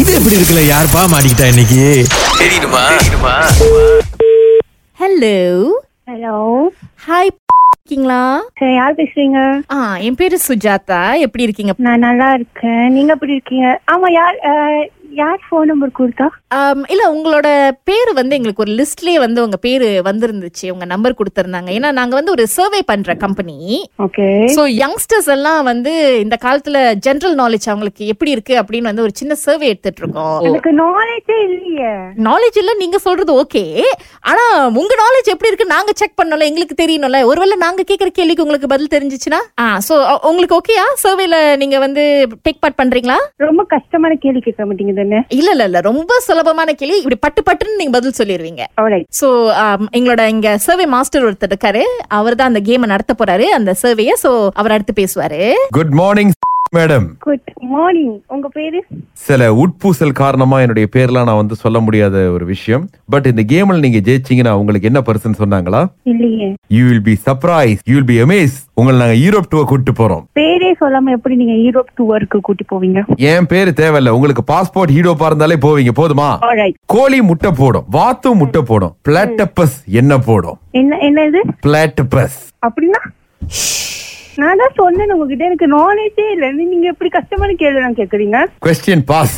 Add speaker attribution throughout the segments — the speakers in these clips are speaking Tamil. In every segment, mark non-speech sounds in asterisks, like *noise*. Speaker 1: இது எப்படி இருக்குல்ல யாருப்பா மாட்டிக்கிட்டா இன்னைக்கு
Speaker 2: ஹலோ
Speaker 3: ஹலோ
Speaker 2: ஹாய் இருக்கீங்களா
Speaker 3: சரி யார் பேசுறீங்க
Speaker 2: ஆ என் பேரு சுஜாதா எப்படி இருக்கீங்க
Speaker 3: நான் நல்லா இருக்கேன் நீங்க எப்படி இருக்கீங்க ஆமா யார் அஹ், யார் ஃபோன் நம்பர் கொடுத்தா
Speaker 2: ஆம், இல்ல உங்களோட பேர் வந்து எங்களுக்கு ஒரு லிஸ்ட்லயே வந்து உங்க பேரு வந்திருந்துச்சு உங்க நம்பர் கொடுத்திருந்தாங்க ஏன்னா நாங்க வந்து ஒரு சர்வே பண்ற கம்பெனி
Speaker 3: ஓகே
Speaker 2: சோ யங்ஸ்டர்ஸ் எல்லாம் வந்து இந்த காலத்துல ஜெனரல் நாலேஜ் அவங்களுக்கு எப்படி இருக்கு அப்படின்னு வந்து ஒரு சின்ன சர்வே எடுத்துட்டு இருக்கோம்
Speaker 3: எனக்கு நாலேஜே இல்லையே
Speaker 2: நாலேஜ் இல்ல நீங்க சொல்றது ஓகே ஆனா உங்க நாலேஜ் எப்படி இருக்கு நாங்க செக் பண்ணல எங்களுக்கு தெரியணும்ல ஒருவேளை நாங்க கேக்குற கேள்விக்கு உங்களுக்கு பதில் தெரிஞ்சுச்சுன்னா ஆ சோ உங்களுக்கு ஓகேயா சர்வேல நீங்க வந்து டேக் பார்ட் பண்றீங்களா
Speaker 3: ரொம்ப கஷ்டமான கேள்வி கேட்க மாட்டீங்க தானே
Speaker 2: இல்ல இல்ல இல்ல ரொம்ப சுலபமான கேள்வி இப்படி பட்டு பட்டுன்னு நீங்க பதில் சொல்லிடுவீங்க
Speaker 3: Alright.
Speaker 2: சோ um, எங்களோட இங்க சர்வே மாஸ்டர் ஒருத்தர் இருக்காரு அவர் தான் அந்த கேமை நடத்த போறாரு அந்த சர்வேய சோ அவர் அடுத்து பேசுவாரு
Speaker 4: good *laughs* morning madam
Speaker 3: good morning உங்க பேரு
Speaker 4: சில உட்பூசல் காரணமா என்னுடைய பேர்லாம் நான் வந்து சொல்ல முடியாத ஒரு விஷயம் பட் இந்த கேம்ல நீங்க ஜெயிச்சீங்கன்னா உங்களுக்கு என்ன பர்சன் சொன்னாங்களா
Speaker 3: இல்லையே
Speaker 4: you will be surprise you will be amaze உங்களை நாங்க யூரோப் டூர் கூட்டிட்டு போறோம்
Speaker 3: பேரே சொல்லாம எப்படி நீங்க யூரோப் டூருக்கு கூட்டி போவீங்க
Speaker 4: என் பேரு தேவையில்ல உங்களுக்கு பாஸ்போர்ட் ஹீரோப்பா இருந்தாலே போவீங்க போதுமா
Speaker 3: ஆல்ரைட்
Speaker 4: கோழி முட்டை போடும் வாத்து முட்டை போடும் பிளாட்டப்பஸ் என்ன போடும்
Speaker 3: என்ன என்ன இது
Speaker 4: பிளாட்டப்பஸ்
Speaker 3: அப்படின்னா நான் தான் சொன்னேன் உங்ககிட்ட எனக்கு நாலேஜே இல்லை நீங்க எப்படி கஷ்டமான கேள்வி நான் கேக்குறீங்க
Speaker 4: கொஸ்டின் பாஸ்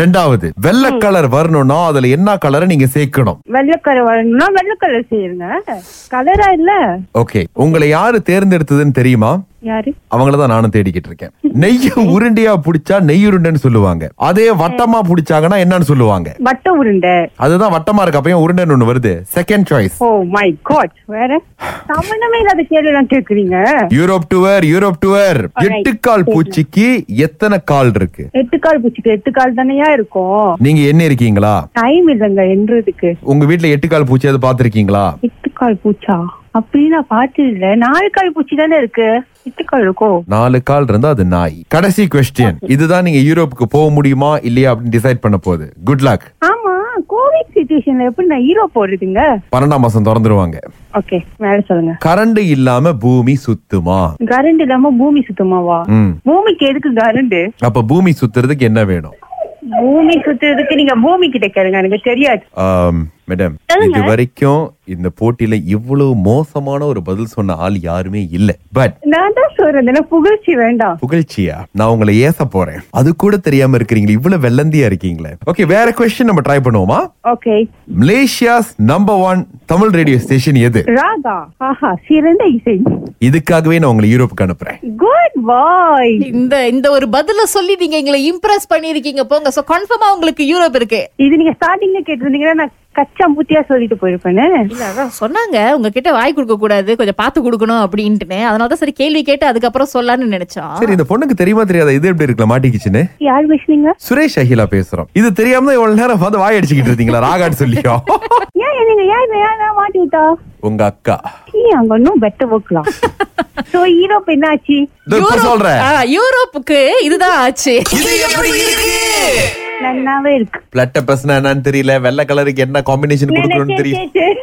Speaker 4: ரெண்டாவது வெள்ளை கலர் வரணும்னா அதுல என்ன கலரை நீங்க சேர்க்கணும்
Speaker 3: வெள்ளக்கரை வரணும்னா வெள்ளக்கலர் செய்யுங்க கலரா இல்ல
Speaker 4: ஓகே உங்களை யாரு தேர்ந்தெடுத்ததுன்னு தெரியுமா
Speaker 3: யாரு
Speaker 4: அவங்கள தான் நானும் தேடிக்கிட்டு இருக்கேன் நெய்ய உருண்டையா புடிச்சா நெய் உருண்டைன்னு சொல்லுவாங்க அதே வட்டமா புடிச்சாங்கன்னா என்னன்னு சொல்லுவாங்க
Speaker 3: வட்ட உருண்டை
Speaker 4: அதுதான் வட்டமா இருக்க அப்பயும் உருண்டைன்னு ஒண்ணு வருது second choice
Speaker 3: oh my god Oh வேற சம்பந்தமே இல்லாத கேள்வி எல்லாம் கேக்குறீங்க
Speaker 4: யூரோப் டூவர் யூரோப் டூவர் எட்டு கால் பூச்சிக்கு எத்தனை கால் இருக்கு
Speaker 3: எட்டு கால் பூச்சிக்கு எட்டு கால் தானேயா இருக்கும்
Speaker 4: நீங்க என்ன இருக்கீங்களா
Speaker 3: டைம் இல்லைங்க என்றதுக்கு
Speaker 4: உங்க வீட்ல எட்டு கால் பூச்சி எதாவது பாத்திருக்கீங்களா
Speaker 3: எட்டு கால் பூச்சா அப்படின்னு நான் பார்த்தது இல்ல நாலு கால் பூச்சி தானே இருக்கு எட்டு கால் இருக்கோ
Speaker 4: நாலு கால் இருந்தா அது நாய் கடைசி கொஸ்டின் இதுதான் நீங்க யூரோப்புக்கு போக முடியுமா இல்லையா அப்படின்னு டிசைட் பண்ண போகுது குட் லக்
Speaker 3: ஆமா கோவிட் சுச்சுவேஷன்ல எப்படி நான் ஹீரோ போடுறதுங்க
Speaker 4: பன்னெண்டாம் மாசம் திறந்துருவாங்க
Speaker 3: ஓகே மேல சொல்லுங்க
Speaker 4: கரண்ட் இல்லாம பூமி சுத்துமா
Speaker 3: கரண்ட் இல்லாம பூமி சுத்தமாவா
Speaker 4: ம்
Speaker 3: பூமிக்கு எதுக்கு கரண்ட்
Speaker 4: அப்ப பூமி சுத்துறதுக்கு என்ன வேணும்
Speaker 3: பூமி சுத்துறதுக்கு நீங்க பூமி கிட்ட கேளுங்க எனக்கு தெரியாது
Speaker 4: ஆம், மேடம் இது வரைக்கும் இந்த போட்டியில இவ்வளவு மோசமான ஒரு பதில் சொன்ன ஆள் யாருமே இல்ல பட்
Speaker 3: நான் தான் சொல்றேன் இல்ல, புகழ்ச்சி வேண்டாம்
Speaker 4: புகழ்ச்சியா நான் உங்களை ஏச போறேன் அது கூட தெரியாம இருக்கிறீங்களே இவ்வளவு வெள்ளந்தியா இருக்கீங்களே ஓகே வேற கொஸ்டின் நம்ம ட்ரை பண்ணுவோமா
Speaker 3: okay
Speaker 4: Malaysia's number one Tamil radio station எது
Speaker 3: ராகா ஆஹா சிறந்த இசை
Speaker 4: இதுக்காகவே நான் உங்களை யூரோப்புக்கு அனுப்புறேன்
Speaker 3: குட் பாய்
Speaker 2: இந்த இந்த ஒரு பதில சொல்லி நீங்க எங்களை இம்ப்ரெஸ் பண்ணிருக்கீங்க போங்க சோ கன்ஃபார்மா உங்களுக்கு யூரோப் இருக்கு
Speaker 3: இது நீங்க ஸ்டார்டிங்ல கேட்டிருந்தீங்கன்னா நான் கச்சா மூத்தியா சொல்லிட்டு போயிருப்பேனே
Speaker 2: இல்ல அதான் சொன்னாங்க உங்ககிட்ட வாய் கொடுக்க கூடாது கொஞ்சம் பார்த்து கொடுக்கணும் அப்படின்ட்டு அதனாலதான் சரி கேள்வி கேட்டு அதுக்கப்புறம் சொல்லலாம்னு நினைச்சோம்
Speaker 4: சரி இந்த பொண்ணுக்கு தெரியுமா தெரியாதா இது எப்படி இருக்கல மாட்டிக்கிச்சுன்னு
Speaker 3: யார் பேசுனீங்க
Speaker 4: சுரேஷ் அகிலா பேசுறோம் இது தெரியாம தான் இவ்வளவு நேரம் வந்து வாய் அடிச்சுக்கிட்டு இருந்தீங்களா ராகான்னு சொல்லியோ *laughs*
Speaker 3: ஏன் என்னங்க யார் இதை யார் நான் மாட்டி விட்டா
Speaker 4: உங்க அக்கா
Speaker 3: நீ அங்க இன்னும் பெட்டர் ஒர்க்கலாம் சோ ஈரோப் என்னாச்சு
Speaker 4: இதோ இப்ப
Speaker 2: யூரோப்-
Speaker 4: சொல்றேன்
Speaker 2: ஆ, யூரோப்புக்கு இதுதான் ஆச்சு
Speaker 3: நன்னாவே இருக்கு
Speaker 4: பிளட்ட பசனா என்னன்னு தெரியல வெள்ளை கலருக்கு என்ன காம்பினேஷன்
Speaker 3: நான்
Speaker 4: கொடுக்கணும்னு
Speaker 3: சரி,
Speaker 4: தெரியல
Speaker 3: சரி,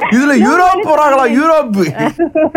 Speaker 3: சரி.
Speaker 4: இதுல யூரோப் போறாங்களா யூரோப்